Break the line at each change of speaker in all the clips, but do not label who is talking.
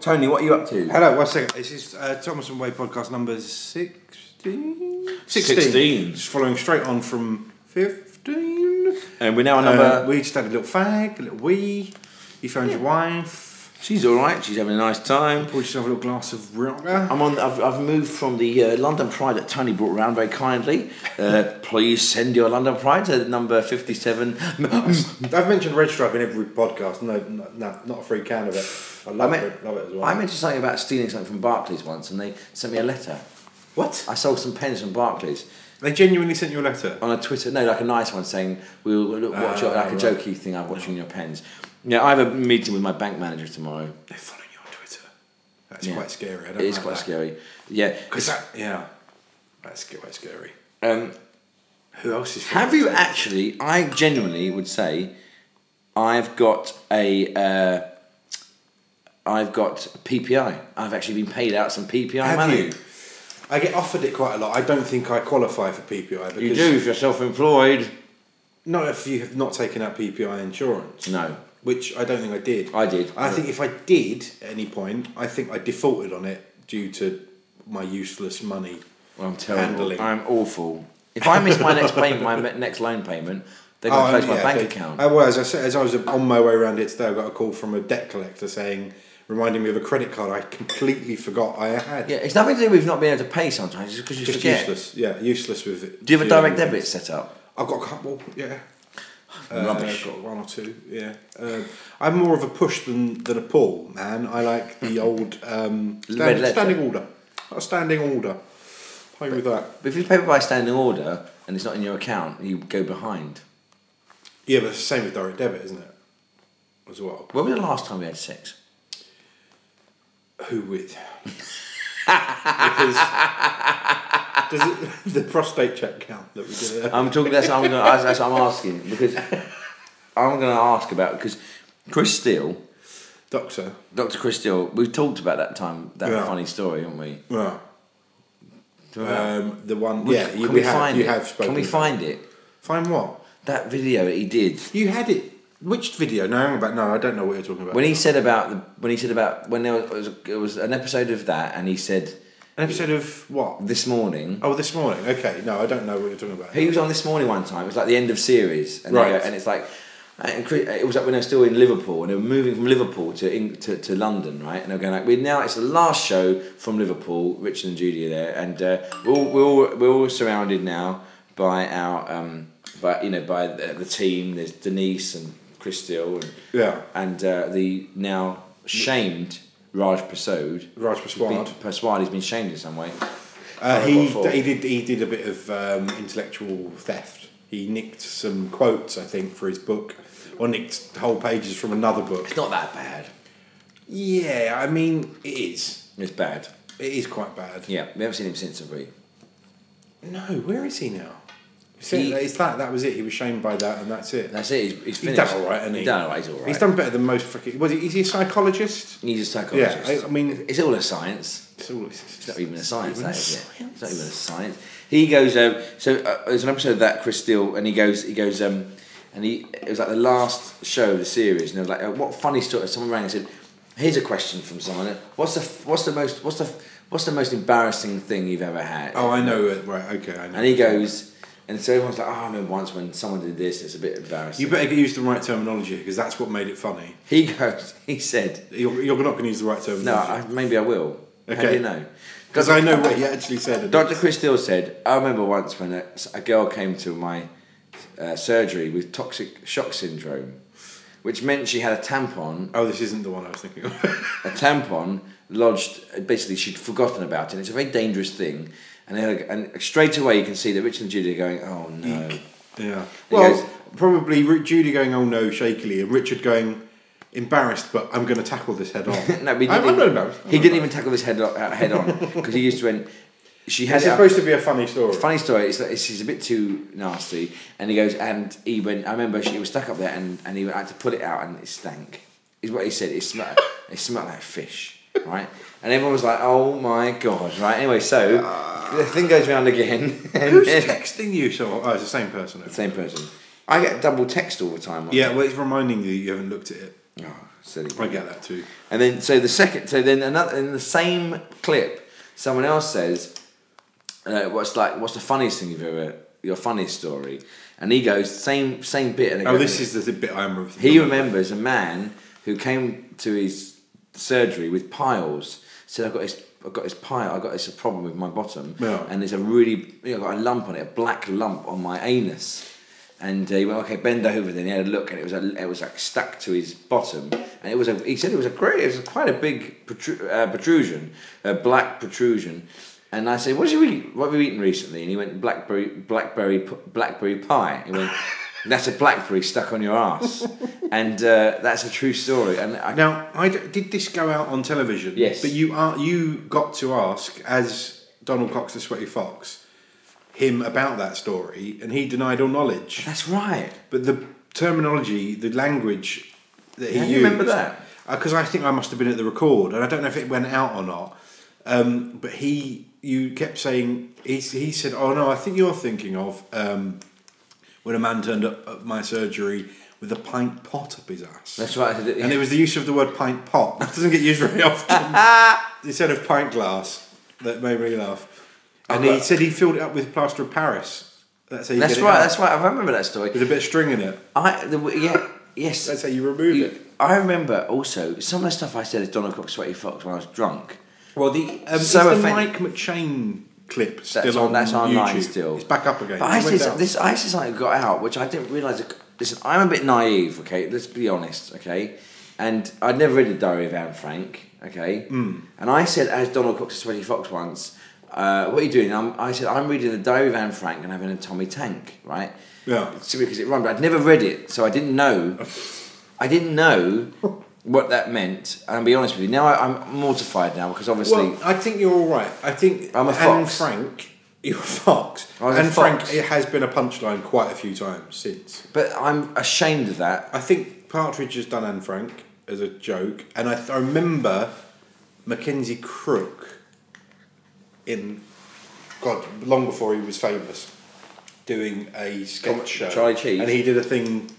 Tony, what are you up to?
Hello, one second. This is uh, Thomas and Way podcast number 16? 16.
16.
Just following straight on from 15.
And we're now on number.
Uh, we just had a little fag, a little wee. You found your wife.
she's all right. She's having a nice time.
Poured yourself a little glass of Rioja.
I'm on. I've, I've moved from the uh, London Pride that Tony brought round very kindly. Uh, please send your London Pride to number fifty-seven.
I've mentioned Red Stripe in every podcast. No, no, no not a free can of it. I
I
love,
meant,
it, love it as well.
I mentioned something about stealing something from Barclays once, and they sent me a letter.
what?
I sold some pens from Barclays
They genuinely sent you a letter.
on a Twitter, no, like a nice one saying, "We'll we'll watch
Ah,
your, like
right.
a jokey thing. I'm watching your pens." Yeah, I have a meeting with my bank manager tomorrow.
They're following you on Twitter. That's
Yeah.
quite scary. I don't
It is
like
quite
that.
scary. Yeah.
Because that, yeah, that's quite scary.
Um,
Who else is?
Have you actually? I genuinely would say, I've got a, uh, I've got PPI. I've actually been paid out some PPI
Have
money.
you? I get offered it quite a lot. I don't think I qualify for PPI because
You do if you're self-employed.
not if you have not taken out PPI insurance.
No,
Which I don't think I did.
I did.
I think if I did at any point, I think I defaulted on it due to my useless money.
Well, I'm terrible.
Handling.
I'm awful. If I miss my next payment, my me- next loan payment, they're going to
Oh,
close
and
my
yeah,
bank
they-
account.
I, well, as I said, as I was on my way around here today, I got a call from a debt collector saying, reminding me of a credit card I completely forgot I had.
yeah, it's nothing to do with not being able to pay sometimes. It's because you
Just
forget.
useless. Yeah, useless with it.
Do you have a
Yeah.
direct debit set up?
I've got a couple, yeah.
Rubbish.
Uh, I've got one or two, yeah. Uh, I'm more of a push than, than a pull, man. I like the old um,
Red
stand,
letter.
standing order. A standing order. Play with that.
But if you pay by standing order and it's not in your account, you go behind.
Yeah, but it's the same with direct debit, isn't it? As well.
When was the last time we had sex?
Who with? because does it, the prostate check count that we did? uh,
I'm talking. That's what I'm going. to That's what I'm asking because I'm going to ask about because Chris Steele,
Doctor.
Doctor Chris Steele, we've talked about that time that
Yeah.
funny story, haven't we?
Yeah. Um, the one.
We-
yeah, you,
can
we,
we
have,
find
you
it?
have spoken.
Can we find it?
find what?
That video that he did
You had it. Which video? No, hang about. No, I don't know what you're talking about.
when he said about the when he said about when there was it was an episode of that and he said
An episode of what?
this morning
Oh, this morning. Okay, no, I don't know what you're talking about.
he was on this morning one time. It was like the end of series, and they
Right.
go- and it's like. And Chris- it was like when they were still in Liverpool, and they were moving from Liverpool to, Eng to to London, right? And they were going like, "We now it's the last show from Liverpool. Richard and Judy are there, and uh, we're, all, we're all we're all surrounded now by our um, by you know by the, the team. There's Denise and Chris Steele and
Yeah.
and uh, the now shamed Raj Prasad.
Raj Prasad.
Prasad. He's been shamed in some way.
Uh,
Oh,
he
what for?
he did he did a bit of um, intellectual theft. He nicked some quotes, I think, for his book, or nicked whole pages from another book.
It's not that bad.
Yeah, I mean, it is.
It's bad.
It is quite bad.
Yeah, we haven't seen him since, have we?
No, where is he now? So
He-
it's that. That was it. He was shamed by that, and that's it.
That's it. He's, he's
He's
finished.
done all right, hasn't he?
He's done all right. He's all right.
He's done better than most. Fucking. Was he? Is he a psychologist?
He's a
Yeah.
psychologist.
I, I mean,
it's all a science.
it's all.
It's not even a science,
Even
that
a
is it? It's not even a science. He goes. Um, so uh, there's an episode of that Chris Steele, and he goes. He goes. Um, and he it was like the last show of the series, and I was like, uh, "What funny story?" Someone rang and said, "Here's a question from someone. What's the f- what's the most what's the f- what's the most embarrassing thing you've ever had?"
Oh, I know it. Right. Okay, I know.
And he goes, and so everyone's like, "Oh, I remember once when someone did this. It's a bit embarrassing."
You better use the right terminology because that's what made it funny.
he goes. He said,
You're, you're not going to use the right terminology.
No, I, maybe I will. How
Okay.
do you know?
Because I know what he actually said.
Dr. Chris Steele said, I remember once when a, a girl came to my uh, surgery with toxic shock syndrome, which meant she had a tampon,
Oh, this isn't the one I was thinking of.
a tampon lodged, basically she'd forgotten about it. It's a very dangerous thing. And, they- and straight away you can see that Richard and Judy are going, oh no.
yeah.
He
Well,
goes-
probably Ri- Judy going, oh no, shakily, and Richard going, embarrassed, but I'm going to tackle this head on.
No, but he
I'm,
didn't,
I'm not
even,
embarrassed.
he didn't even tackle this head, o- uh, head on because he used to when she had
It's
it up-
supposed to be a funny story.
Funny story. It's, it's, she's a bit too nasty, and he goes and he went. I remember she was stuck up there, and, and he went, I had to pull it out, and it stank. Is what he said. It smelled. it smelled like fish, right? And everyone was like, "Oh my god!" Right. Anyway, so the thing goes round again. And
Who's
then,
texting you? So, oh, it's the same person.
same person. I get double text all the time.
Yeah, well, it's reminding you that you haven't looked at it.
Oh, silly.
I get that too.
And then so the second so then another in the same clip, someone else says, uh, "What's like what's the funniest thing you've ever your funniest story?" And he goes same same bit. And I
Oh,
go,
this is the bit I remember.
he remembers a man who came to his surgery with piles. Said, "I've got this, I've got this pile. I've got this problem with my bottom,
Yeah.
and there's a really, you know, I've got a lump on it, a black lump on my anus." And uh, he went, "Okay, bend over." Then he had a look, and it was a, it was like stuck to his bottom, and it was a. He said it was a great, it was quite a big protru- uh, protrusion, a black protrusion. And I said, "What did you eat? What have you eaten recently?" And he went, "Blackberry, blackberry, p- blackberry pie." He went, "That's a blackberry stuck on your ass," and uh, that's a true story. And I,
Now, I d- did this go out on television?
Yes.
But you are you got to ask as Donald Cox the Sweaty Fox him about that story, and he denied all knowledge.
that's right.
But the terminology, the language that he
How do
used.
you remember that?
Because I think I must have been at the record, and I don't know if it went out or not. Um, but he, you kept saying he, he said, "Oh no, I think you're thinking of um, when a man turned up at my surgery." With a pint pot up his ass.
That's right.
And it was the use of the word pint pot. That doesn't get used very often. Instead of pint glass, that made me laugh. And he said he filled it up with plaster of Paris. That's how you
That's
get it
right.
out.
That's right. I remember that story.
with a bit of string in it.
I the, w- yeah yes.
That's how you remove
You-
it.
I remember also some of the stuff I said is Donald Cox Sweaty Fox when I was drunk.
Well, the
So
um, is the
offend-
Mike McShane clip still
That's on,
on
that's online
YouTube?
still.
It's back up again.
But I
It
said
went
some-
down.
this. I said something that got out, which I didn't realize. it- Listen, I'm a bit naive. Okay, let's be honest. Okay, and I'd never read the Diary of Anne Frank. Okay,
Hmm.
and I said as Donald Cox's Sweaty Fox once. Uh, what are you doing? I'm, I said I'm reading the Diary of Anne Frank and having a Tommy Tank, right?
Yeah.
So because it rhymed, but I'd never read it, so I didn't know. I didn't know what that meant. And I'll be honest with you. Now I, I'm mortified now because obviously
Well, I think you're all right. I think
I'm a
Anne
fox.
Frank. You're a fox.
I was a
and
fox.
Frank, it has been a punchline quite a few times since.
But I'm ashamed of that.
I think Partridge has done Anne Frank as a joke, and I, th- I remember Mackenzie Crook in God long before he was famous doing a sketch show.
Charlie Cheese.
and he did a thing.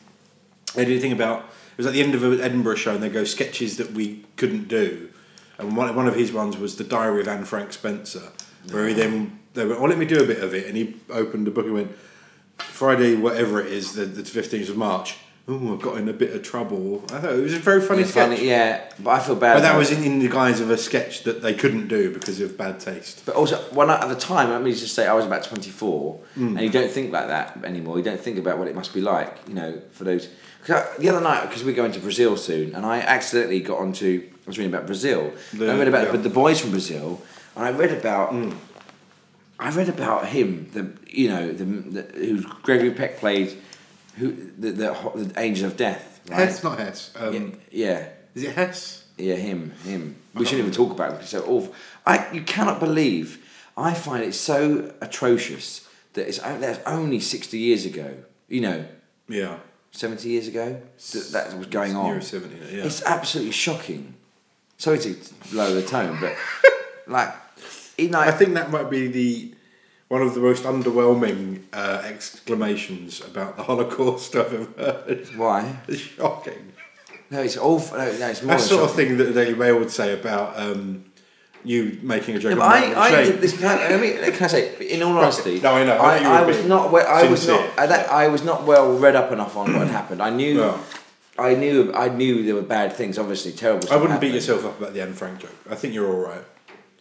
They did a thing about it was at the end of an Edinburgh show, and they go sketches that we couldn't do, and one one of his ones was the Diary of Anne Frank Spencer, where he then they went, "Oh, let me do a bit of it," and he opened a book and went. Friday, whatever it is, the fifteenth of March. Oh, I've got in a bit of trouble. I thought it was a very funny
Yeah,
sketch,
funny, yeah, but I feel bad.
but that
about
was
it.
in, in the guise of a sketch that they couldn't do because of bad taste.
But also, when I, at the time, let me just say, I was about twenty four,
Mm.
and you don't think like that anymore. You don't think about what it must be like, you know, for those. Cause I, the other night, because we're going to Brazil soon, and I accidentally got onto. I was reading about Brazil.
The-
I read about
yeah. Mm.
the, the boys from Brazil, and I read about. I read about him, the you know the, the who Gregory Peck played, who the the, ho- the Angel of Death, right?
Hess, not Hess. Um,
Yeah, yeah.
Is it Hess?
Yeah, him, him. We shouldn't even talk about him because he's so awful. I, you cannot believe. I find it so atrocious that it's o- that's only sixty years ago. You know,
Yeah.
seventy years ago that that was going
It's
on.
nearer 70, yeah.
It's absolutely shocking. Sorry to lower the tone, but like, you know,
I think that might be the one of the most underwhelming uh, exclamations about the Holocaust I've ever heard.
why?
It's shocking.
No, it's awful. No, no it's more. than
That sort of
shocking.
thing that the Daily Mail would say about um, you making a joke.
No,
about
but
Margaret
I, I
Shane.
did this. Can I, I mean, can I say, in all honesty,
No, I know, I
I,
know you were
I was
being
not. Well, I was
sincere. Mm.
not. I, that, I was not well read up enough on what had happened. I knew.
No.
I knew. I knew there were bad things. Obviously, terrible.
I
stuff
wouldn't beat
happened.
yourself up about the Anne Frank joke. I think you're all right.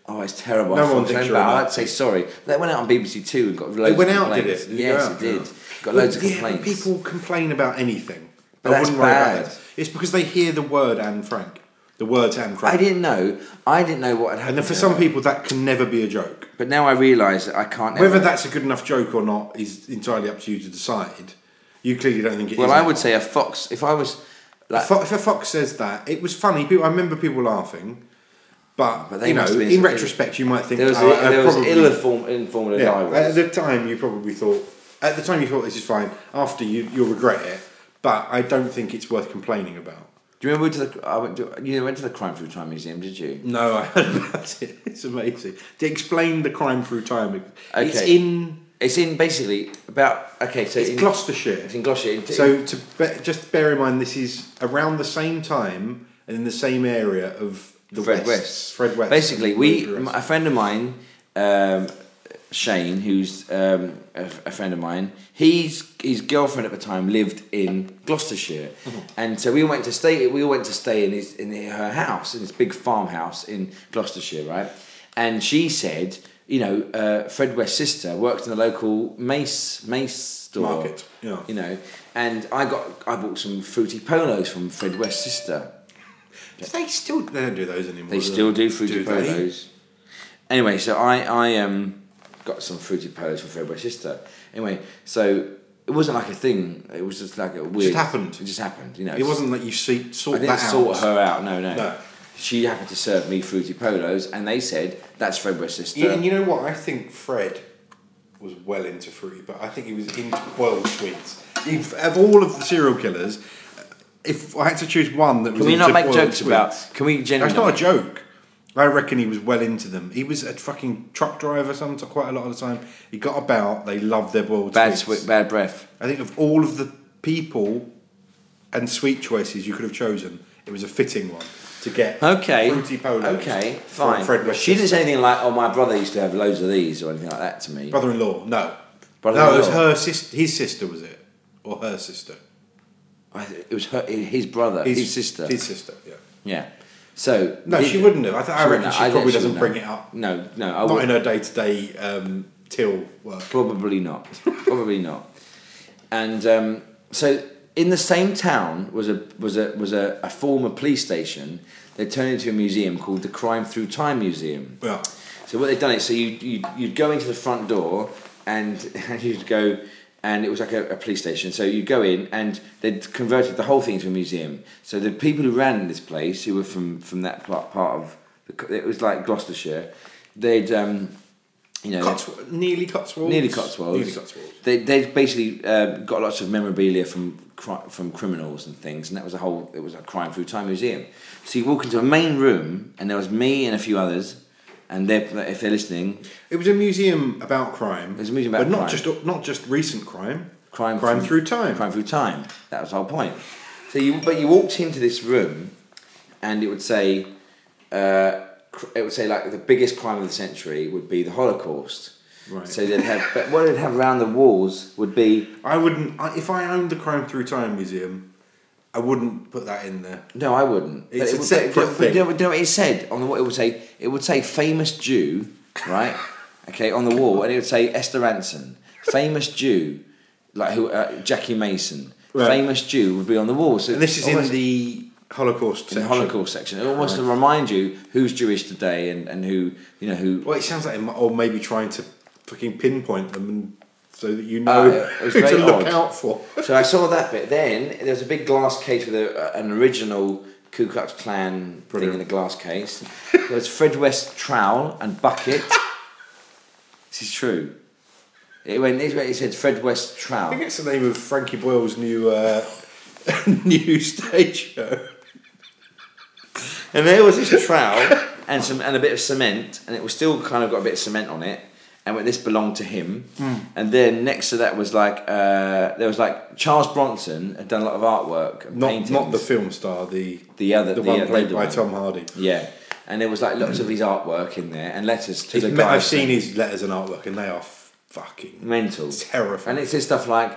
Oh, it's terrible.
No
I felt
one
so
thinks
bad.
you're an
I'd say sorry. That went out on BBC Two and got loads.
it went
of
out, did
complaints.
it? Did it
yes,
go out?
it did.
Yeah.
Got loads
Well,
of
yeah, but
complaints.
people complain about anything.
But
I
that's
wouldn't worry
bad.
about that. It's because they hear the word Anne Frank. The words Anne Frank.
I didn't know. I didn't know what had happened.
And then for
to
some
her.
people, that can never be a joke.
but now I realise that I can't.
Whether
ever-
that's a good enough joke or not is entirely up to you to decide. You clearly don't think it is.
well, I would say a fox. If I was, like,
Fo- if a fox says that, it was funny. People, I remember people laughing, but,
But they
you know,
must have been-
in retrospect, you might think
there was,
"Oh, I- I
there was
probably-
ill-informed, informed
Yeah, Uh,
dialogue.
at the time you probably thought at the time you thought this is fine. After you you'll regret it, but I don't think it's worth complaining about.
Do you remember we went to the I went to, you went to the Crime Through Time Museum, did you?
No, I heard about it. It's amazing. They explain the crime through time. It's
Okay.
in
It's in basically about okay, so
it's
in,
Gloucestershire.
it's in Gloucestershire. in-
So to be, just bear in mind, this is around the same time and in the same area of the
Fred
West.
West.
Fred West.
Basically,
and
we
Roger West.
a friend of mine, um, Shane, who's um, a, a friend of mine. He's his girlfriend at the time lived in Gloucestershire,
Mm-hmm.
and so we went to stay. We all went to stay in his in her house in this big farmhouse in Gloucestershire, right? And she said, you know, uh, Fred West's sister worked in the local mace mace store
Market, yeah.
you know. And I got I bought some fruity polos from Fred West's sister.
Do they still they don't do those anymore.
They still do fruity
uh, they?
polos. Anyway, so I I um got some fruity polos from Fred West's sister. Anyway, so it wasn't like a thing. It was just like a weird.
happened.
It just happened. You know.
It wasn't like you see, sort
I didn't
that
sort
out.
her out. No, no,
No.
She happened to serve me fruity polos, and they said that's Fred West's sister.
Yeah, and you know what? I think Fred was well into fruity, but I think he was into boiled sweets. If, of all of the serial killers, if I had to choose one that was
can we
into
not make
boiled
jokes
sweets,
about? Can we
That's
generally?
not a joke. I reckon he was well into them. He was a fucking truck driver sometimes, quite a lot of the time. He got about. They loved their boiled
bad
sweets.
swi- bad breath.
I think of all of the people and sweet choices you could have chosen, it was a fitting one to get.
Okay.
fruity polos.
Okay,
from
fine.
Fred West.
she didn't say anything like, "Oh, my brother used to have loads of these" or anything like that to me.
Brother-in-law, no.
Brother-in-law.
No, it was her sister. His sister was it, or her sister?
I, it was her, his brother, his, sister.
His sister. Yeah.
Yeah. So
No,
he-
she wouldn't have. I, th- I
She
reckon
wouldn't-
she
I
probably
think she
doesn't
would
bring
know.
it up.
No, no, I
Not
would,
in her day-to-day um, till work.
probably not. probably not. And um, so, in the same town was a was a was a, a former police station. They turned into a museum called the Crime Through Time Museum.
Yeah.
So what they'd done is, so you you you'd go into the front door and, and you'd go, and it was like a, a police station. So you'd go in and they'd converted the whole thing into a museum. So the people who ran this place, who were from from that pl- part of, the, co- it was like Gloucestershire, they'd um, you know.
Cotsw- nearly Cotswolds.
Nearly Cotswolds.
Nearly Cotswolds.
They they basically uh, got lots of memorabilia from cri- from criminals and things, and that was a whole. It was a crime through time museum. So you walk into a main room, and there was me and a few others, and they are if they're listening,
It was a museum about crime. It
was a museum about
but
crime.
not just not just recent crime.
crime
crime
from-
through time.
crime through time. That was the whole point. So you but you walked into this room, and it would say, uh, cr- it would say like the biggest crime of the century would be the Holocaust.
Right.
So they'd have, but what they'd have around the walls would be
I wouldn't. I, if I owned the Crime Through Time Museum, I wouldn't put that in there.
No, I wouldn't.
It's
it
a
would-
separate
but, Do
thing.
you know what- do you know what it said on the wall? It would say it would say famous Jew, right? okay, on the wall, and it would say Esther Ranson, famous Jew, like who uh, Jackie Mason,
Right.
famous Jew would be on the wall. So
And this is in
almost-
the Holocaust
Oh, in the
section.
Holocaust section. It almost to remind you who's Jewish today and, and who you know who.
Well, it sounds like, it might- or maybe trying to fucking pinpoint them, and so that you
Uh,
know
it was
who to
very
look
odd.
out for.
So I saw that bit. Then there was a big glass case with a, an original Ku Klux Klan thing
Brilliant.
in a glass case. there was Fred West trowel and bucket. this is true. It went. It, went- it said Fred West
I think
trowel.
it's the name of Frankie Boyle's new uh, new stage show.
And there was this trowel and some and a bit of cement, and it was still kind of got a bit of cement on it. And this belonged to him. And then next to that was like uh, there was like Charles Bronson had done a lot of artwork, and
Not
paintings.
not the film star, the
The other-
the,
the
one
other
played by
one.
Tom Hardy.
Yeah, and there was like lots of his artwork in there and letters to
It's
the
me-
guy.
I've seen his letters and artwork, and they are fucking
mental,
terrifying.
and it says stuff like,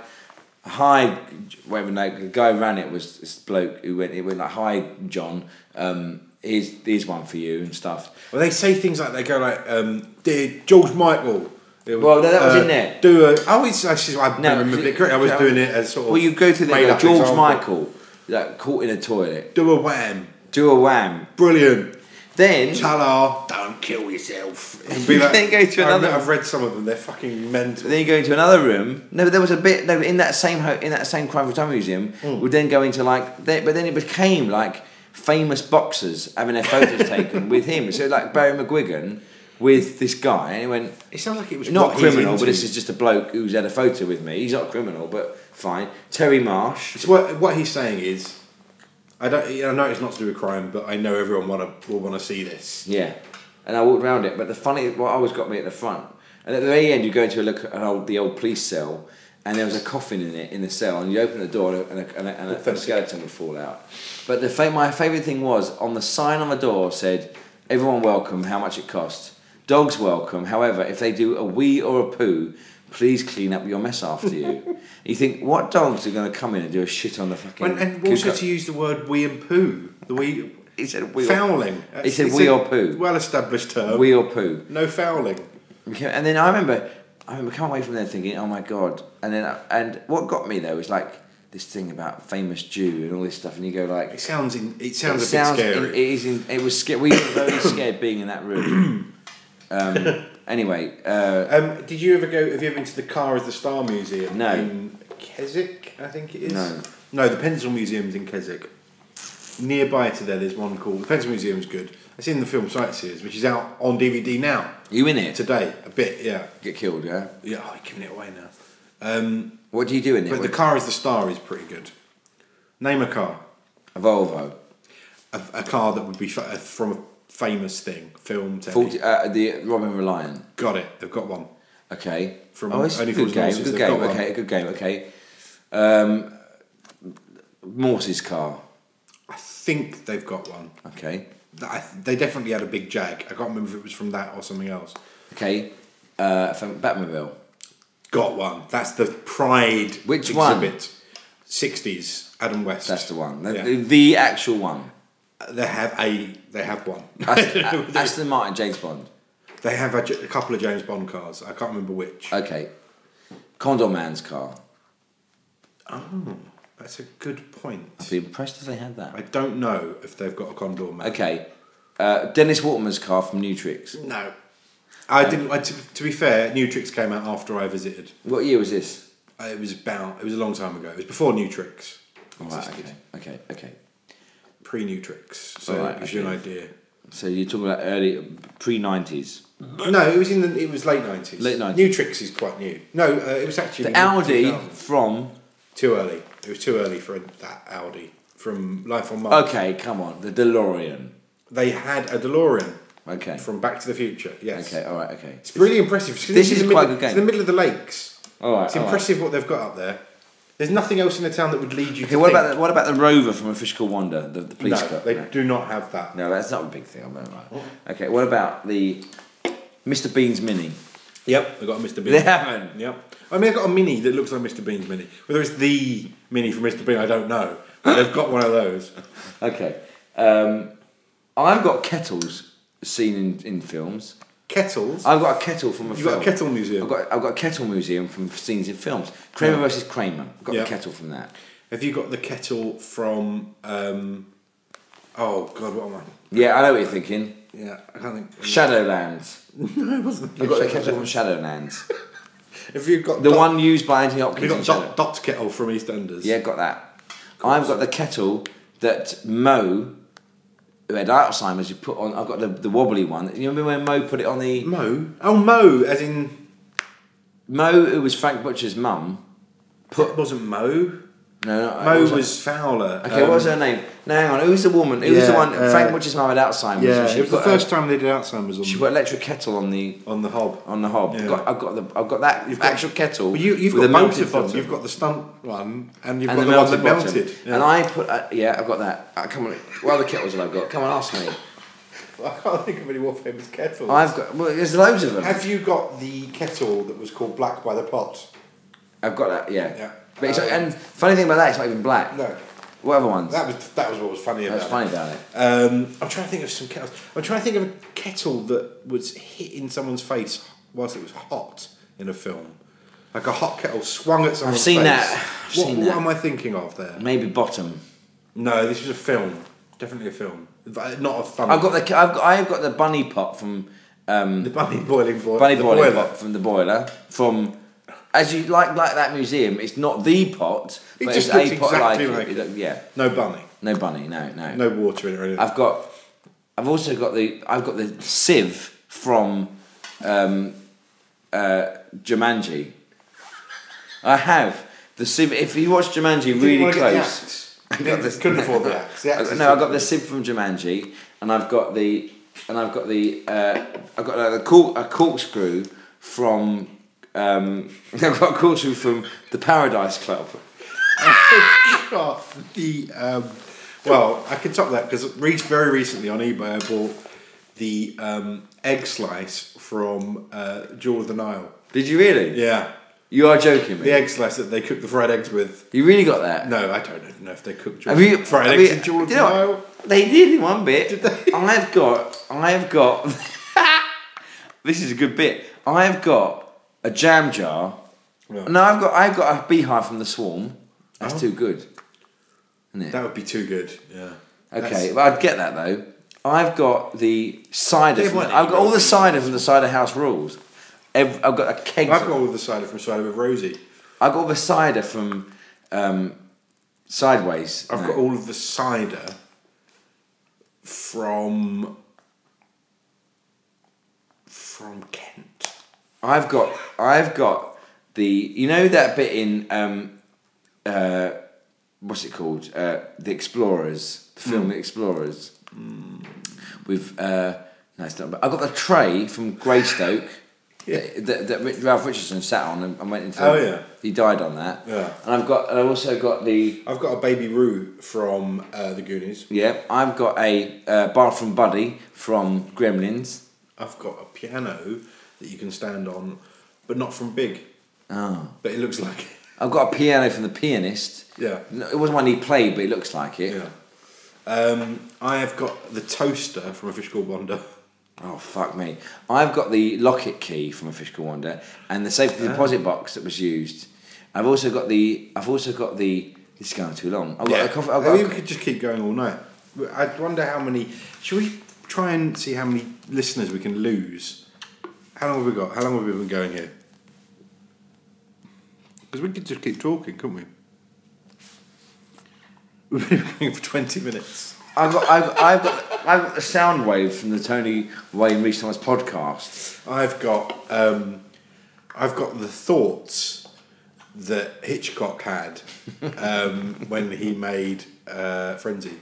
"Hi, whatever." No, the guy who ran it was this bloke who went. It went like, "Hi, John. Um, here's here's one for you" and stuff.
Well, they say things like they go like, um, "Dear George Michael." It was,
Well, no, that was in there.
Do a. Oh, it's actually I
No,
remember it correctly. I was
no.
doing it as sort of.
Well, you go to the
made
like,
up
George
example.
Michael, like caught in a toilet,
Do a wham.
do a wham.
Brilliant.
Then
Talar, don't kill yourself. It'd be like-
Then go to
I
another-
remember- I've read some of them. They're fucking mental.
Then you go into another room. No, but there was a bit. No, in that same ho- in that same Crime for Time museum, we'd then go into like. They, but then it became like famous boxers having their photos taken with him. So like Barry McGuigan with this guy, and he went
It sounds like it was
not
what he's
criminal,
into.
but this is just a bloke who's had a photo with me. He's not a criminal, but fine. Terry Marsh.
It's what what he's saying is. I don't. I know it's not to do with crime, but I know everyone want to will want to see this.
Yeah, and I walked around it. But the funny, what always got me at the front, and at the very end, you go into a look at an old, the old police cell, and there was a coffin in it in the cell, and you open the door and a, and a, and a, and a skeleton would fall out. But the fa- my favourite thing was on the sign on the door said, "Everyone welcome. How much it costs? Dogs welcome. However, if they do a wee or a poo." Please clean up your mess after you. you think what dogs are going to come in and do a shit on the fucking?
And, and also
cucumber?
to use the word we and poo. The we
He said we or-
fouling.
He said we or poo.
Well established term.
wee or poo.
no fouling.
Yeah, And then I remember, I remember coming away from there thinking, oh my god. And then, and what got me though was like this thing about famous Jew and all this stuff, and you go
It
like,
sounds in, it sounds
it
a
sounds-
bit
It,
scary.
it is. In, it was scary. We were very scared being in that room. Um, anyway, uh,
um, did you ever go? Have you ever been to the Car of the Star Museum?
No.
In Keswick, I think it is.
No.
No, the Pencil Museum's in Keswick. Nearby to there, there's one called the Pencil Museum's good. It's in the film Sightseers, which is out on DVD now
you in it to
today. A bit, yeah,
get killed? Yeah.
yeah. Oh, you're giving it away now.
What do you do in it?
But the Car is the Star is pretty good. Name a car.
a Volvo.
a, a car that would be fa- from a famous thing, film, telly.
40, uh, the Robin Reliant.
Got it. They've got one.
Okay.
From
oh, it's a
Only
good
Fools and
game.
Horses,
Good
they've
game.
got one.
Okay. Good game. Okay. Um, Morse's car.
I think they've got one.
Okay.
That- I, they definitely had a big Jag. I can't remember if it was from that or something else.
Okay, uh, from Batmobile.
Got one. That's the Pride
Which one?
exhibit. Sixties. Adam West.
That's the one. The,
Yeah.
the, the actual one.
They have a. They have one.
Aston, A- Aston Martin, James Bond.
they have a, j- a couple of James Bond cars. I can't remember which.
Okay. Condor Man's car.
That's a good
I'd
point.
be impressed if they had
I
that.
don't know if they've got a Condor man.
Okay. Uh, Dennis Waterman's car from Nutrix.
No. I didn't. I, to, to be fair, New Tricks came out after I visited.
What year was this?
Uh, It was about. It was a long time ago. It was before New Tricks.
All right, okay. Okay, okay.
Pre New Tricks. So
Alright,
it gives you an idea.
So you're talking about early, pre 90s.
No, it was in the. It was late nineties.
Late 90s.
New Tricks is quite new. No, uh, it was actually
The
in
Audi
2000.
from.
Too early. It was too early for that Audi from Life on Mars.
Okay, come on. The DeLorean.
They had a DeLorean
Okay.
from Back to the Future. Yes.
Okay, all right, okay.
It's really impressive. It's
This
in
is
the
quite a
middle-
good game.
It's in the middle of the lakes.
All right.
It's
all right.
impressive what they've got up there. There's nothing else in the town that would lead you.
Okay,
to
what
think-
about, the, what about the Rover from A Fish Called Wonder? The, the police
no,
car?
they
No.
do not have that.
No, that's not a big thing. I'm not
Oh.
right. Okay, what about the Mr. Bean's Mini?
Yep, I got a Mr. Bean.
They haven't.
Yep. I mean, I've got a mini that looks like Mr. Bean's mini. Whether it's the mini from Mr. Bean, I don't know. But they've got one of those.
Okay, um, I've got kettles seen in, in films.
Kettles.
I've got a kettle from a
You've
film.
got a kettle museum.
I've got I've got a kettle museum from scenes in films. Kramer
Yeah.
versus Kramer. Got
Yeah.
a kettle from that.
Have you got the kettle from? um Oh God, what am I?
Yeah, I know what you're thinking.
Yeah, I can't think.
Shadowlands.
no, it wasn't.
I've got the kettle from Shadowlands.
Have you got
The
Dot-
one used by Anthony
Have you
Hopkins. in
got
Shadow-
Dot, Dot's kettle from EastEnders?
Yeah, got that. I've got the kettle that Mo, who had Alzheimer's, who put on. I've got the, the wobbly one. You remember when Mo put it on the
Mo. Oh, Mo, as in
Mo, who was Frank Butcher's mum.
put wasn't Mo.
No, no,
Mo
it wasn't.
was Fowler. um,
Okay, what was her name? No, hang on. Who was the woman? Who was the
Yeah,
one?
uh,
Frank Butcher's mum had Alzheimer's.
Yeah,
and she
it was the
put
first
A,
time they did Alzheimer's on,
she put electric kettle on the
on the hob.
on the hob.
Yeah.
I've, got, I've got the I've got that
You've got-
actual kettle.
Well, you, you've
with
got
a
both
melted
of them.
bottom
You've got the stunt one, and you've
and
got
the
the, one
melted
that
bottom.
melted. Yeah.
And I put uh, yeah, I've got that. Uh, come on, what other kettles have I got? Come on, ask me.
I can't think of any more famous kettles.
I've got well, there's loads of them.
Have you got the kettle that was called Black by the Pot?
I've got that, yeah.
Yeah.
But it's,
Um,
and funny thing about that, it's not even black.
No,
What other ones?
that was that was what was funny about
That's funny about it.
it. Um, I'm trying to think of some kettles. I'm trying to think of a kettle that was hit in someone's face whilst it was hot in a film, like a hot kettle swung at someone's
seen
face.
that. I've
what,
seen
what
that.
am I thinking of there?
Maybe bottom.
No, this was a film. Definitely a film, But not a fun.
I've got the I've got, I've got the bunny pot from um,
the bunny boiling boiler.
bunny
the
boiling
boiler.
pot from the boiler from. As you like, like that museum, it's not the pot,
It
but
just
it's a
looks
pot
exactly
like,
like
it.
it.
Yeah,
No bunny.
no bunny, no, no,
No water in it or anything.
I've got, I've also got the, I've got the sieve from, um, uh, Jumanji. I have the sieve. If you watch Jumanji really close,
I couldn't afford the axe. The
I
axe
got-
is
Uh, no, I
too
got the
big.
sieve from Jumanji, and I've got the and I've got the uh, I've got uh, the cork, a corkscrew from um, I got a call through from the Paradise Club. Ah!
off the um, well, I can top that because very recently on eBay I bought the um, egg slice from uh, Jewel of the Nile.
Did you really?
Yeah,
You are joking me.
the egg slice that they cook the fried eggs with.
You really got that?
No, I don't know if they cook Jewel
Have you
fried
have
eggs
you-
in Jewel of
do
the
you know
Nile.
what? They did in one bit. Did they? I've got. I've got. this is a good bit. I've got a jam jar.
Yeah. Oh.
No, I've got. I've got a beehive from the swarm. That's too good.
That would be too good. Yeah.
Okay, well, I'd get that though. I've got the cider.
They
From,
want it,
I've got all
right?
the cider from the cider house rules. Ev- I've got a keg.
That's- I've got all the cider from Cider with Rosie.
I've got all the cider from um, Sideways.
I've
No.
got all of the cider from from Kent.
I've got I've got the you know that bit in um uh what's it called uh the Explorers the
Hmm.
film The Explorers with uh no it's not I've got the tray from Greystoke that, that, that Rich- Ralph Richardson sat on and, and went into
Oh, yeah.
he died on that
Yeah.
and I've got and I've also got the
I've got a baby roux from uh, the Goonies.
yeah I've got a uh, bathroom buddy from Gremlins
I've got a piano that you can stand on, but not from big.
oh
But it looks like
I've got a piano from the pianist
yeah,
no, it wasn't one he played but it looks like it
yeah. Um, I have got the toaster from a fish called Wanda.
Oh fuck me! I've got the locket key from a fish called Wanda and the safe
Ah.
deposit box that was used. I've also got the. I've also got the. This is going too long. I've got a coffee. I've
Oh,
got
you
a,
could just keep going all night. I wonder how many. Should we try and see how many listeners we can lose? How long have we got? How long have we been going here? Because we could just keep talking, couldn't we? We've been going for twenty minutes.
I've got. I've, I've got. I've got the sound wave from the Tony Wayne Reese Thomas podcast.
I've got um, I've got the thoughts that Hitchcock had um, when he made uh, Frenzy.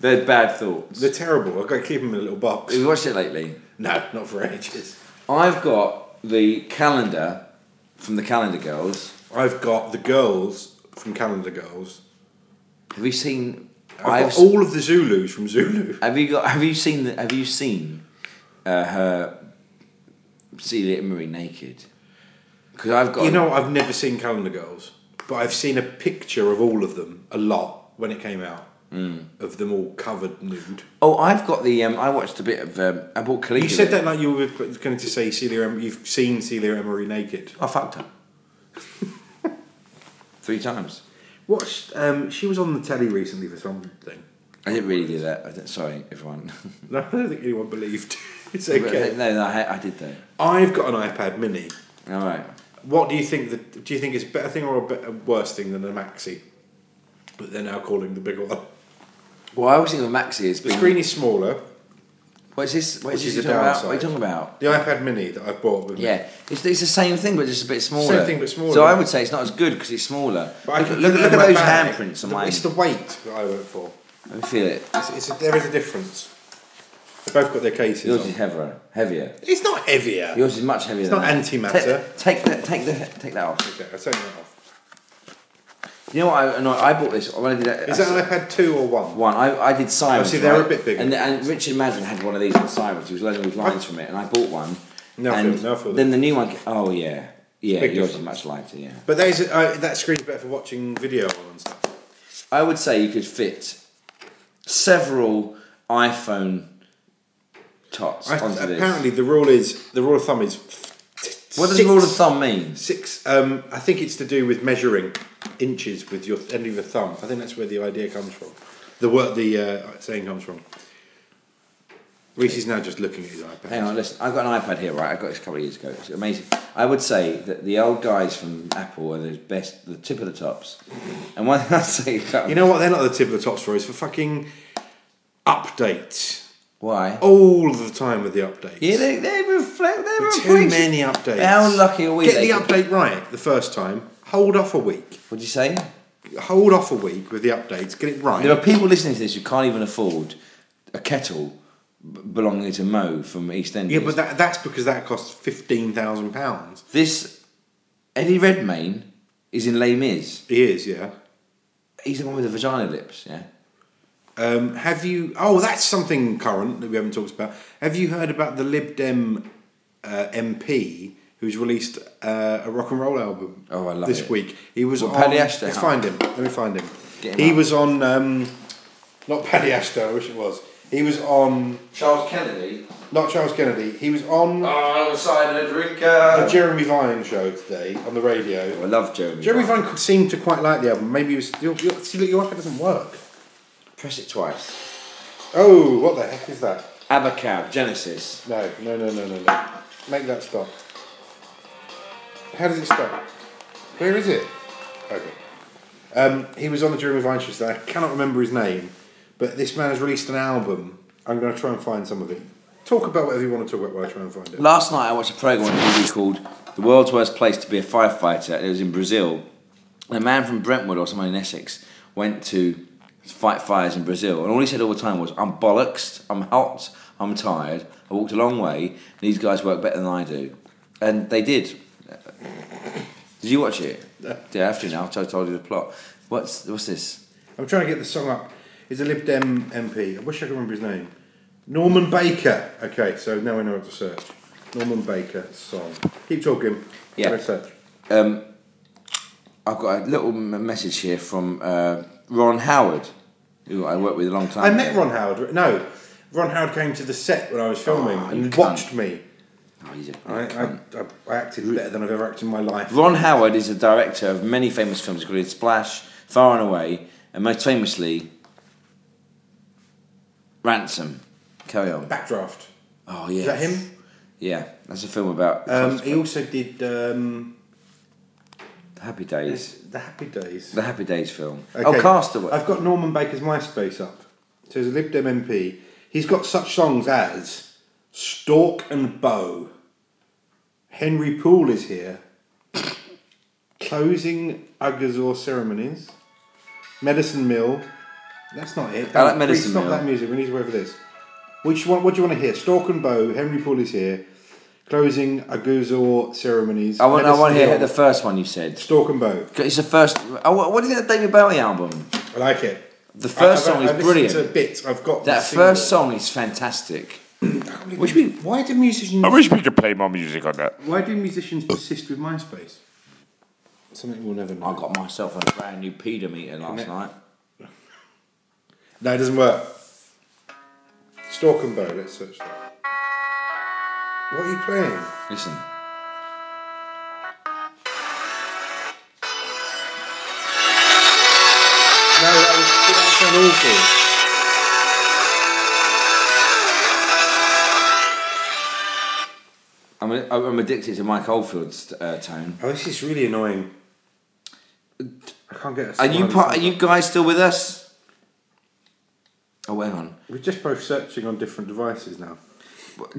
They're bad thoughts.
They're terrible. I've got to keep them in a little box.
Have you watched it lately?
No, not for ages.
I've got the calendar from the Calendar Girls.
I've got the girls from Calendar Girls.
Have you seen?
I've,
I've
got all of the Zulus from Zulu.
Have you got? Have you seen? The, have you seen uh, her Celia Emery naked? Because I've got.
You know, I've never seen Calendar Girls, but I've seen a picture of all of them a lot when it came out of them all covered nude.
oh, I've got the. Um, I watched a bit of. Um, I bought Caligula.
You said that like you were going to say Celia. Em- You've seen Celia Emery naked.
I fucked her. Three times.
Watched. Um, she was on the telly recently for something.
I didn't really do that. I didn't, sorry, everyone.
No, I don't think anyone believed. it's
But
okay.
no, no, I, I did though.
I've got an iPad Mini.
All right.
What do you think? The, do you think it's a better thing or a, better, worse thing than a Maxi? But they're now calling the big one.
Well, I always think of Maxi as
The
being.
screen is smaller.
What's this? What's
Which
this
is
you
a
talking about?
downside.
What are you talking about?
The iPad Mini that I've bought with me.
Yeah, it's, it's the same thing, but just a bit smaller.
Same thing, but smaller.
So I would say it's not as good because it's smaller.
But I
look
can
look,
keep it
look
in
at
my
those
bag.
handprints on
The-
mine.
It's the weight that I went for.
I feel it.
It's, it's a, there is a difference. They both got their cases.
Yours
on.
is heavier. Heavier.
It's not heavier.
Yours is much heavier.
It's
than
not
that.
antimatter.
Take, take that. Take the. Take that off.
Okay, I'll turn that off.
You know what? I, no, I bought this. When I did that,
Is
I
that an iPad two or one?
one? I, I did Simon.
Oh, see, they're a bit bigger.
And, and Richard Madden had one of these on Simon. He was learning with lines from it, and I bought one.
No, I
and
feel- no, I feel
then the new one. ca- Oh yeah, yeah.
Big
yours
difference.
is much lighter. Yeah.
But that, is, uh, that screen's better for watching video on and stuff.
I would say you could fit several iPhone tots
I,
onto this.
apparently, the rule is the rule of thumb is.
what does
six-
rule of thumb mean?
Six. Um, I think it's to do with measuring inches with your end of your thumb. I think that's where the idea comes from. The word, the uh, saying comes from. Reese is now just looking at his iPad.
Hang on, listen. I've got an iPad here, right? I got this a couple of years ago. It's amazing. I would say that the old guys from Apple are the best, the tip of the tops. And one thing I'd say, about-
You know what? They're not the tip of the top stories for fucking updates
why?
all the time with the updates.
Yeah, they, they reflect. They
There are
reflect.
too many updates.
How lucky are we?
Get
they
the
could-
update right the first time. Hold off a week.
What'd you say?
Hold off a week with the updates. Get it right.
There are people listening to this who can't even afford a kettle b- belonging to Mo from EastEnders.
Yeah, but that, that's because that costs fifteen thousand pounds.
this Eddie Redmayne is in Les Mis.
He is, yeah.
He's the one with the vagina lips. Yeah.
Um, have you? Oh, that's something current that we haven't talked about. Have you heard about the Lib Dem uh, MP who's released uh, a rock and roll album?
Oh, I love
this
it.
week. He was
Well,
on.
Paddy Ashton.
Let's find him. Let me find him.
Get him
he
up.
was on. Um, not Paddy Ashton. I wish it was. He was on.
Charles Kennedy.
Not Charles Kennedy. He was on
Oh, I'm a cider
the
drinker.
Jeremy Vine show today on the radio.
I love Jeremy.
Jeremy
Vine.
Vine could seem to quite like the album. Maybe he was. Your, your, see, look, your iPad doesn't work.
Press it twice.
Oh, what the heck is that?
Abacab, Genesis.
No, no, no, no, no, no. Make that stop. How does it stop? Where is it? Okay. Um, he was on the Jeremy Vine show today. I cannot remember his name, but this man has released an album. I'm going to try and find some of it. Talk about whatever you want to talk about while I try and find it.
Last night I watched a program on TV called "The World's Worst Place to Be a Firefighter," and it was in Brazil. And a man from Brentwood or someone in Essex went to fight fires in Brazil, and all he said all the time was, "I'm bollocksed, I'm hot, I'm tired. I walked a long way, and these guys work better than I do," and they did. Did you watch it?
No.
Yeah, after now, I told you the plot. What's what's this?
I'm trying to get the song up. He's a Lib Dem MP. I wish I could remember his name. Norman Baker. Okay, so now I know what to search. Norman Baker song. Keep talking.
Yeah.
Let's search.
Um, I've got a little m- message here from uh, Ron Howard, who I worked with a long time.
I met
ago.
Ron Howard. No, Ron Howard came to the set when I was filming
Oh, you
and
cunt.
watched me.
Oh, he's a
I, I, I, I acted better than I've ever acted in my life.
Ron Howard is a director of many famous films, including Splash, Far and Away, and most famously, Ransom. Carry on.
Backdraft.
Oh yeah.
Is that him?
Yeah, that's a film about
Um, he also did um,
the Happy Days.
The Happy Days.
The Happy Days film.
Okay,
Oh, Castaway.
I've got Norman Baker's MySpace up. So he's a Lib Dem MP. He's got such songs as Stork and Bow. Henry Poole is here. Closing Ugazor Ceremonies. Medicine Mill. That's not it.
I like Medicine
Stop
Mill.
that music. We need to wait for this. Which one? What do you want to hear? Stork and Bow. Henry Poole is here. Closing Aguzor ceremonies.
I want. I
Medicine
want to hear
Mill,
the first one you said.
Stork and Bow.
It's the first. Oh, what- what is that David Bowie album?
I like it.
The first
I've-
song
I've-
is
I've listened
brilliant.
To bits. I've got
That
the single.
first song is fantastic. Which we
Why do musicians?
I wish we could play more music on that.
Why do musicians persist with MySpace? Something we'll never know.
I got myself a brand new pita meter last
Connect.
night.
No, it doesn't work. Stork and Bow. Let's search that. What are you playing?
Listen.
No, that was that sound awful.
I'm, I'm addicted to Mike Oldfield's uh, tone.
Oh, this is really annoying. I can't get. A
Are you
smiley
part, are
smile.
you guys still with us? Oh, hang on.
We're just both searching on different devices now.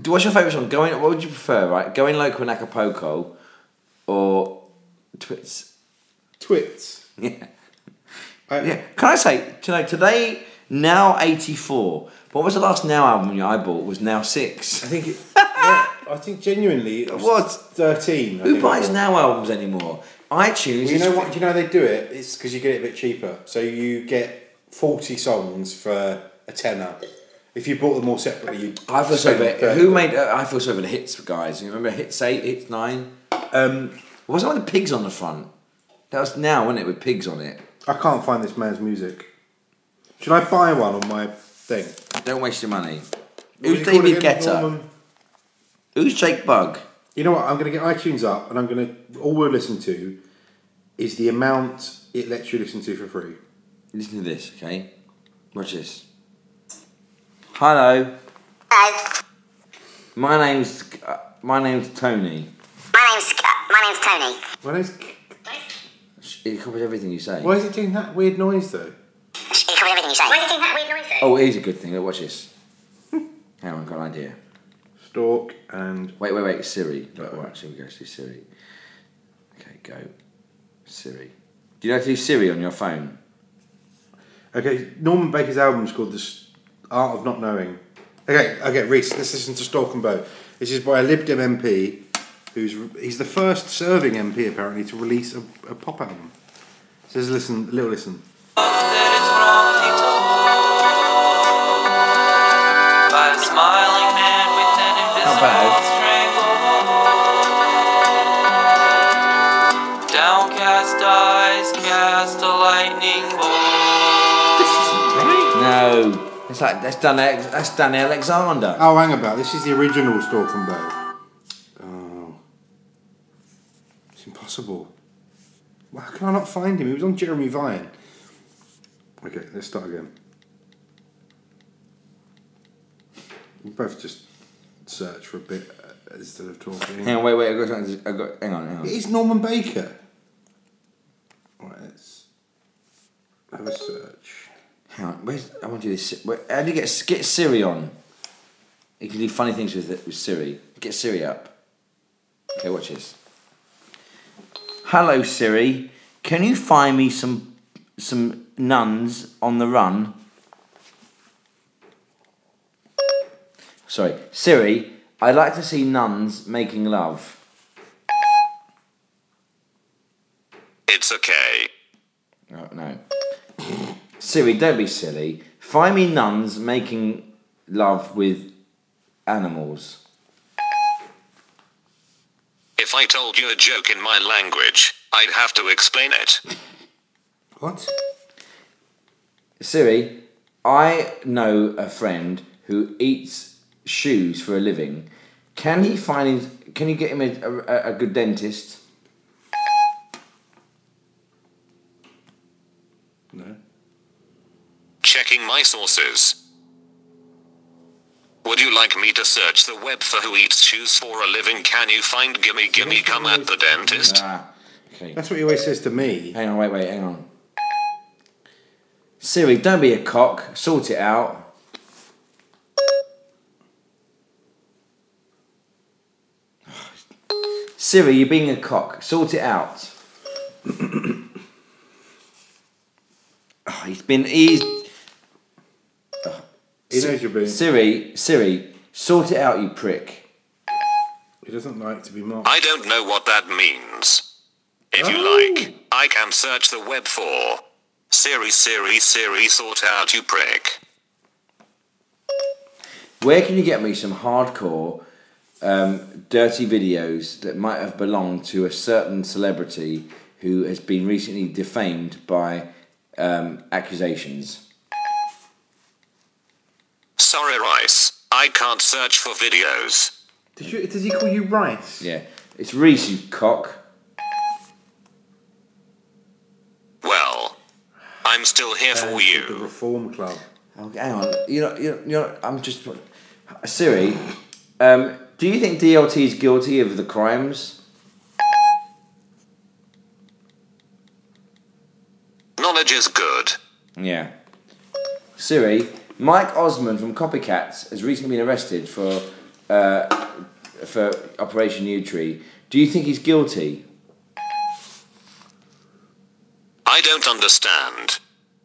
Do- What's your favourite song? Going. What would you prefer? Right, going local in Acapulco, or Twits?
Twits.
Yeah,
I,
yeah. Can I say you know, today? Now eighty four. What was the last Now album I bought? Was Now
I
six.
think. It, yeah, I think genuinely. I was
What?
Thirteen. I
Who
think I
buys
was.
Now albums anymore? iTunes.
Well, you
is
know what? do You know how they do it. It's because you get it a bit cheaper. So you get forty songs for a tenner. If you bought them all separately, you.
I feel so
spend
bad.
30.
Who made? Uh, I feel so bad. Hits guys. You remember hits eight, hits nine. Um, wasn't one with the pigs on the front? That was now, wasn't it? With pigs on it.
I can't find this man's music. Should I buy one on my thing?
Don't waste your money.
What do
Who's
you call it
David
again?
Guetta?
Norman-
Who's Jake Bug?
You know what? I'm going to get iTunes up, and I'm going to all we'll listen to is the amount it lets you listen to for free.
Listen to this, okay? Watch this. Hello,
guys.
my name's uh, my name's Tony.
My name's uh, my name's Tony.
Well, it's,
Sh- It covers everything you say.
why is it doing that weird noise though?
It covers everything you say. Why are you doing that weird noise though?
Oh, it is a good thing. Look, watch this. Hang on, I've got an idea.
Stork and
Wait, wait, wait, Siri. Right, watch, here we go to Siri. Okay, go. Siri. Do you know how to do Siri on your phone?
okay, Norman Baker's album's called "The S- Art of Not Knowing." Okay, okay, Reese, let's listen to Stork and Bow. This is by a Lib Dem MP, who's he's the first serving MP apparently to release a, a pop album. So let's listen, a little listen.
By a smiling man with an invisible strangle. Downcast eyes cast a lightning bolt.
No, it's like that's Dan. Alex- That's Dan Alexander.
Oh, hang about, this is the original Stork and Bow. Oh. It's impossible. Well, How can I not find him? He was on Jeremy Vine. Okay, let's start again. We both just search for a bit uh, instead of talking.
Hang on, wait, wait. I got, something to- I got, hang on, hang on.
It is Norman Baker. Right, let's have a search.
Hang on. Where's, I want to do this. Where, how do you get get Siri on? You can do funny things with it, with Siri. Get Siri up. Okay, watch this. Hello Siri, can you find me some some nuns on the run? Sorry, Siri, I'd like to see nuns making love.
It's okay.
Oh, no. Siri, don't be silly. Find me nuns making love with animals.
If I told you a joke in my language, I'd have to explain it.
What?
Siri, I know a friend who eats shoes for a living. Can he find him? Can you get him a, a, a good dentist?
No.
Checking my sources. Would you like me to search the web for who eats shoes for a living? Can you find Gimme Gimme Come at the Dentist?
Ah, okay.
That's what he always says to me.
Hang on, wait, wait, hang on. Siri, don't be a cock. Sort it out. Siri, you're being a cock. Sort it out. oh, he's been. He's,
He knows you're being.
Siri, Siri, sort it out, you prick.
He doesn't like to be mocked.
I don't know what that means. If you like, I can search the web for Siri Siri Siri sort out you prick.
Where can you get me some hardcore, um, dirty videos that might have belonged to a certain celebrity who has been recently defamed by um, accusations?
Sorry Rice, I can't search for videos.
Does, you, does he call you Rice?
Yeah, it's Reese, you cock.
Well, I'm still here for
The
you.
Reform Club.
Oh, hang on, you're not, you're, you're not, I'm just. Siri, um, do you think DLT is guilty of the crimes?
Knowledge is good.
Yeah. Siri, Mike Osman from Copycats has recently been arrested for uh, for Operation New Tree. Do you think he's guilty?
I don't understand.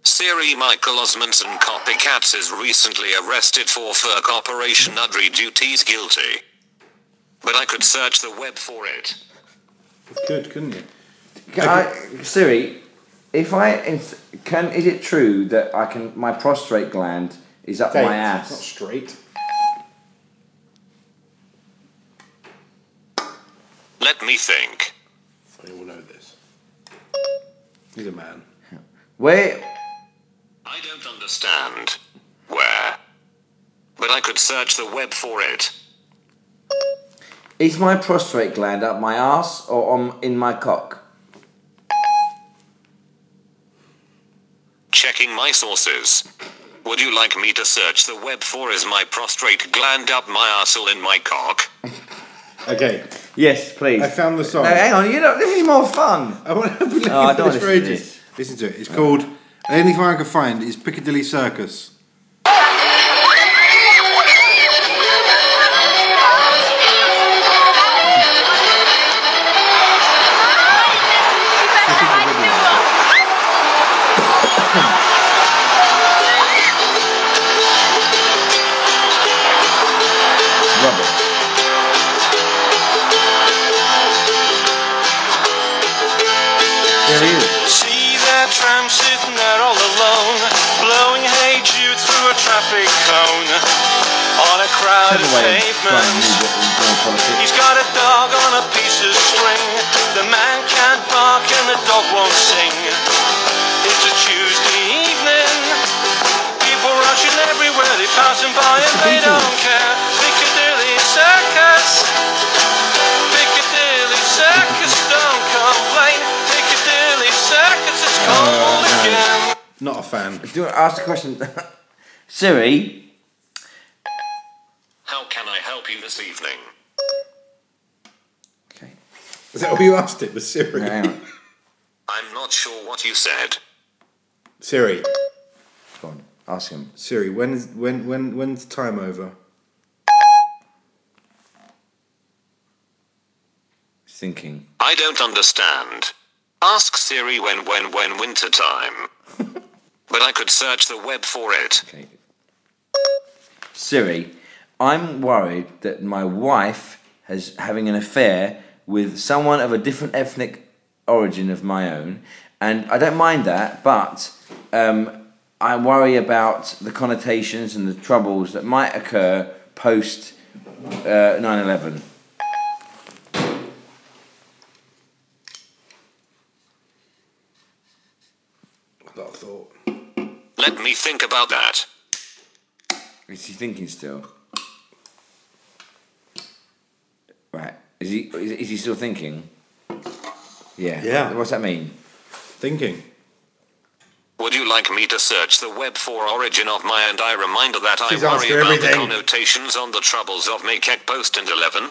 Siri Michael Osmondson Copycats is recently arrested for FERC Operation Udry duties guilty. But I could search the web for it.
Good, couldn't you?
Can I, Siri, if I ins- can, is it true that I can my prostate gland is up my
It's Not
ass?
straight.
Let me think.
They all know this. He's a man.
Where?
I don't understand. Where? But I could search the web for it.
Is my prostate gland up my ass or on in my cock?
Checking my sources. Would you like me to search the web for is my prostrate gland up my arsehole in my cock?
Okay,
Yes, please.
I found the song.
No, hang on, you know this is more fun.
I want to believe
Oh, I don't wanna
this for
listen to
ages.
this.
Listen to it. It's called. The only thing I can find is Piccadilly Circus.
clever way of trying to move it in in politics.
He's got a dog on a piece of string. The man can't bark and the dog won't sing. It's a Tuesday evening. People rushing everywhere, they passing by and
the
they
Beatles.
don't care. Piccadilly Circus. Piccadilly Circus, don't complain. Piccadilly Circus, it's cold
no.
again.
Not a fan.
Do you want to ask a question? Siri,
How can I help you this evening?
okay,
Is that all you asked it? Was Siri?
hang on,
I'm not sure what you said.
Siri.
go on, ask him.
Siri. When is when when when's time over?
He's thinking.
I don't understand. Ask Siri when when when winter time. but I could search the web for it.
Okay. Siri, I'm worried that my wife has having an affair with someone of a different ethnic origin of my own, and I don't mind that, but um, I worry about the connotations and the troubles that might occur post uh, 9/11.
A lot of thought.
Let me think about that.
Is he thinking still? Right. Is he is, is he still thinking? Yeah.
Yeah.
What's that mean?
Thinking.
Would you like me to search the web for origin of my and I reminder that
She's
I
asked
worry
for
about the
everything.
connotations on the troubles of Mekek post and 11?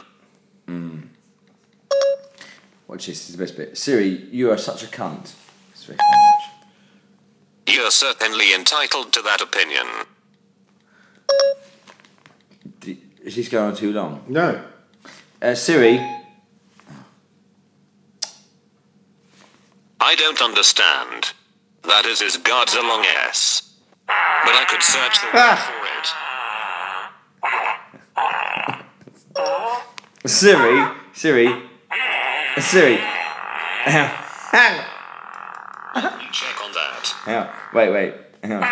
Watch this, this is the best bit. Siri, you are such a cunt. That's very funny, watch.
You're certainly entitled to that opinion.
D- Is this going on too long?
No.
Uh, Siri,
I don't understand. That is his guards a long S. But I could search the
Ah.
web for it.
Siri, Siri, Uh, Siri. Hang on, hang on,
Check on that.
hang on. Wait, wait. Hang on.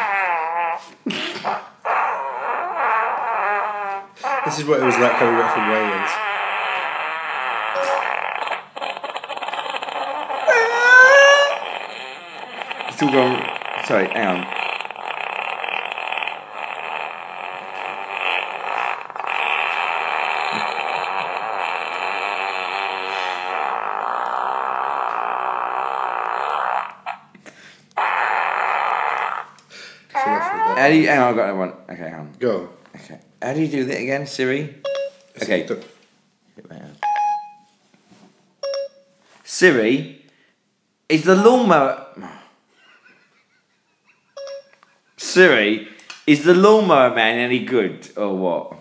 This is what it was like coming back from Wales.
It's all gone. Sorry, hang on.
It's enough of that.
How do you, hang on, I've got that one. Okay, hang on.
Go. on.
Okay. How do you do that again, Siri? Okay.
Don't-
Siri, is the lawnmower. Siri, is the lawnmower man any good or what?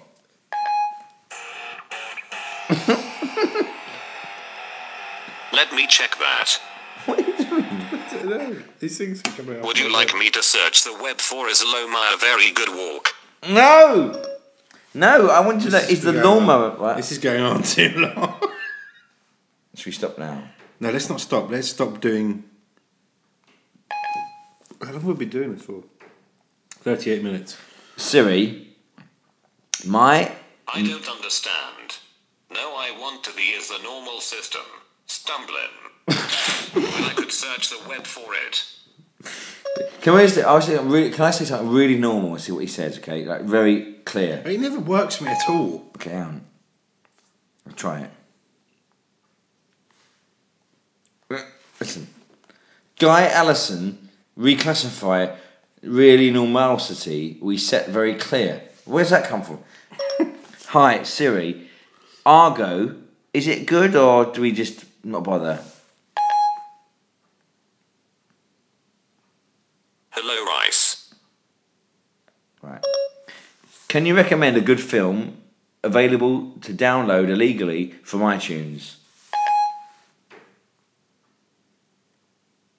Let me check that.
I don't know. These things are coming up.
Would you like me to search the web for is Loma a very good walk?
No! No, I want to know, is the
going
lawnmower.
on-
Right.
This is going on too long.
Should we stop now?
no, let's not stop. Let's stop doing. How long have we been doing this for? Thirty-eight minutes.
Siri, my.
I
Hmm.
don't understand. No, I want to be is the normal system. Stumbling. Well, I could search the web for it.
Can, we just, I was thinking really, can I say something really normal and see what he says, okay? Like, very clear.
It never works for me at all.
Okay, hang on. I'll try it. Listen. Guy Allison reclassify really normality we set very clear. Where's that come from? Hi, Siri. Argo, is it good or do we just not bother?
Hello, Rice.
Right. Can you recommend a good film available to download illegally from iTunes?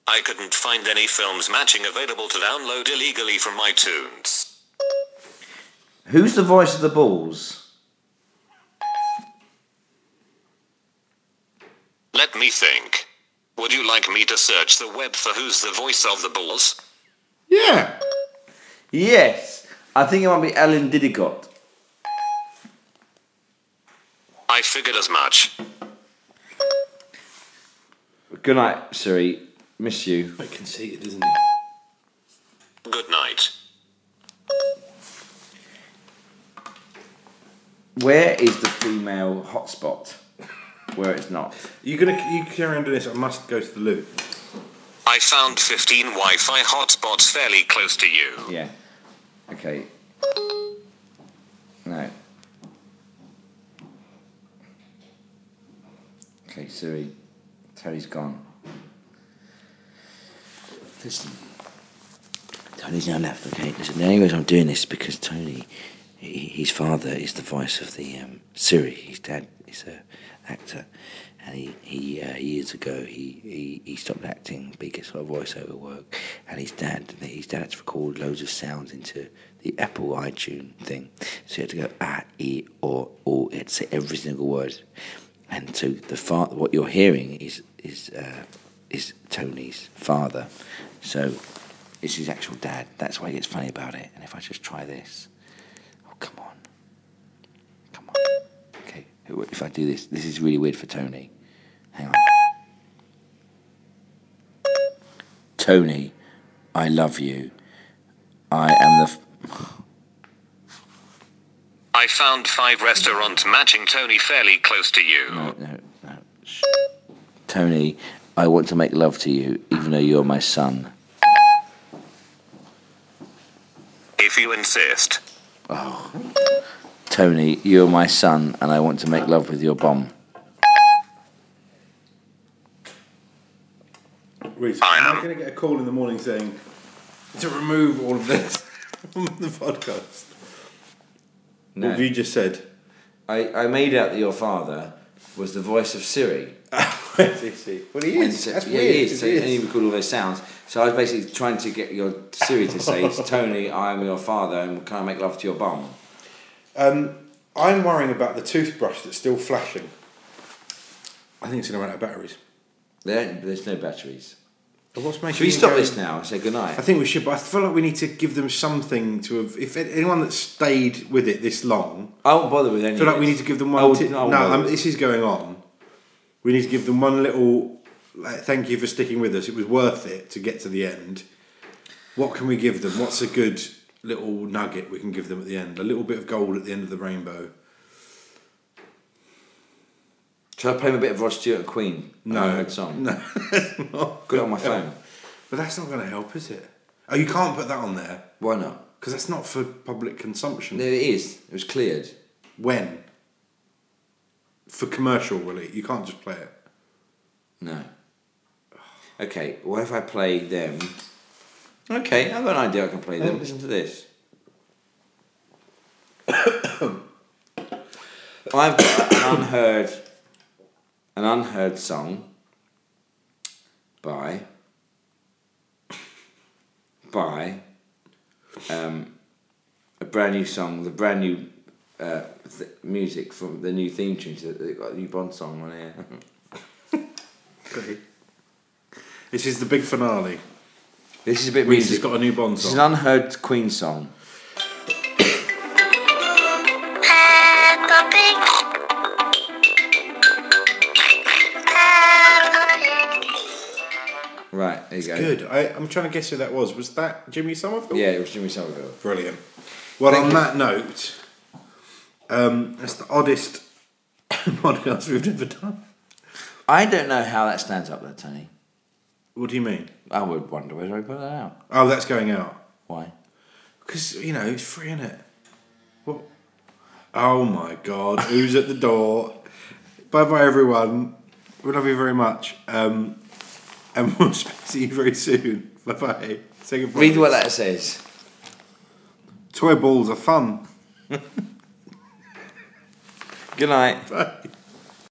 I couldn't find any films matching available to download illegally from iTunes.
Who's the voice of the balls?
Let me think. Would you like me to search the web for who's the voice of the balls?
Yeah.
Yes, I think it might be Alan Didicott.
I figured as much.
Good night, Siri. Miss you.
Quite conceited, isn't he?
Good night.
Where is the female hotspot? Where it's not.
You gonna you carry on doing this? I must go to the loo.
I found 15 Wi Fi hotspots fairly close to you.
Yeah. Okay. No. Okay, Siri. Tony's gone. Listen. Tony's now left, okay? Listen, the only reason I'm doing this is because Tony, he, his father is the voice of the um, Siri. His dad is a actor. And he, he uh, years ago, he, he, he stopped acting, but he gets a lot of voiceover work. And his dad, his dad had to record loads of sounds into the Apple iTunes thing. So he had to go, ah, e, or, or, he had to say every single word. And so the fa- what you're hearing is, is, uh, is Tony's father. So it's his actual dad. That's why he gets funny about it. And if I just try this, oh come on, come on. Okay, if I do this, this is really weird for Tony. Hang on. Tony, I love you. I am the. F-
I found five restaurants matching Tony fairly close to you.
no, no, no. Shh. Tony, I want to make love to you, even though you're my son.
If you insist.
Tony, you're my son, and I want to make love with your bomb.
Reese,
I
am
am.
going to get a call in the morning saying to remove all of this from the podcast.
No.
What have you just said?
I, I made out that your father was the voice of Siri. And
well, he is.
so-
That's
yeah,
weird.
He is. So,
It is.
And he recorded all those sounds. So I was basically trying to get your Siri to say, it's Tony, I am your father, and can I make love to your bum?
I'm worrying about the toothbrush that's still flashing. I think it's going to run out of batteries.
There, there's no batteries.
But what's making
Should we
you
stop
go-
this now and say goodnight?
I think we should, but I feel like we need to give them something to have. If anyone that's stayed with it this long,
I won't bother with any.
I feel
of
like we
this.
need to give them one.
I would-
ti-
I
no,
won't
um,
bother.
this is going on. We need to give them one little like, thank you for sticking with us. It was worth it to get to the end. What can we give them? What's a good little nugget we can give them at the end? A little bit of gold at the end of the rainbow.
Shall I play him a bit of Rod Stewart and Queen?
No.
Good song.
No, that's not.
Good on my phone.
But that's not going to help, is it? Oh, you can't put that on there
Why not?
because that's not for public consumption.
No, it is. It was cleared.
When? For commercial release, you can't just play it.
No. Okay, what if I play them? Okay, I've got an idea I can play them. Listen to this. I've got an unheard an unheard song by by um, a brand new song, the brand new uh, th- music from the new theme tune. So they've got a new Bond song on here.
Okay. This is the big finale.
this is a bit.
Reese has
music-
got a new Bond
This is
song.
an unheard Queen song.
Head popping. Head popping.
Right, there you go.
Good. I, I'm trying to guess who that was. Was that Jimmy Somerville?
Yeah, it was Jimmy Savile.
Brilliant. Well,
Thank
on
you.
that note, um, that's the oddest podcast we've ever done.
I don't know how that stands up there, Tony.
What do you mean?
I would wonder whether I put that out.
Oh, that's going out.
Why?
Because, you know, it's free, is it? What? Oh my God, who's at the door? Bye bye, everyone. We love you very much. Um, and we'll speak to you very soon. Bye bye. Say goodbye.
Read what that says.
Toy balls are fun.
Good night.
Bye.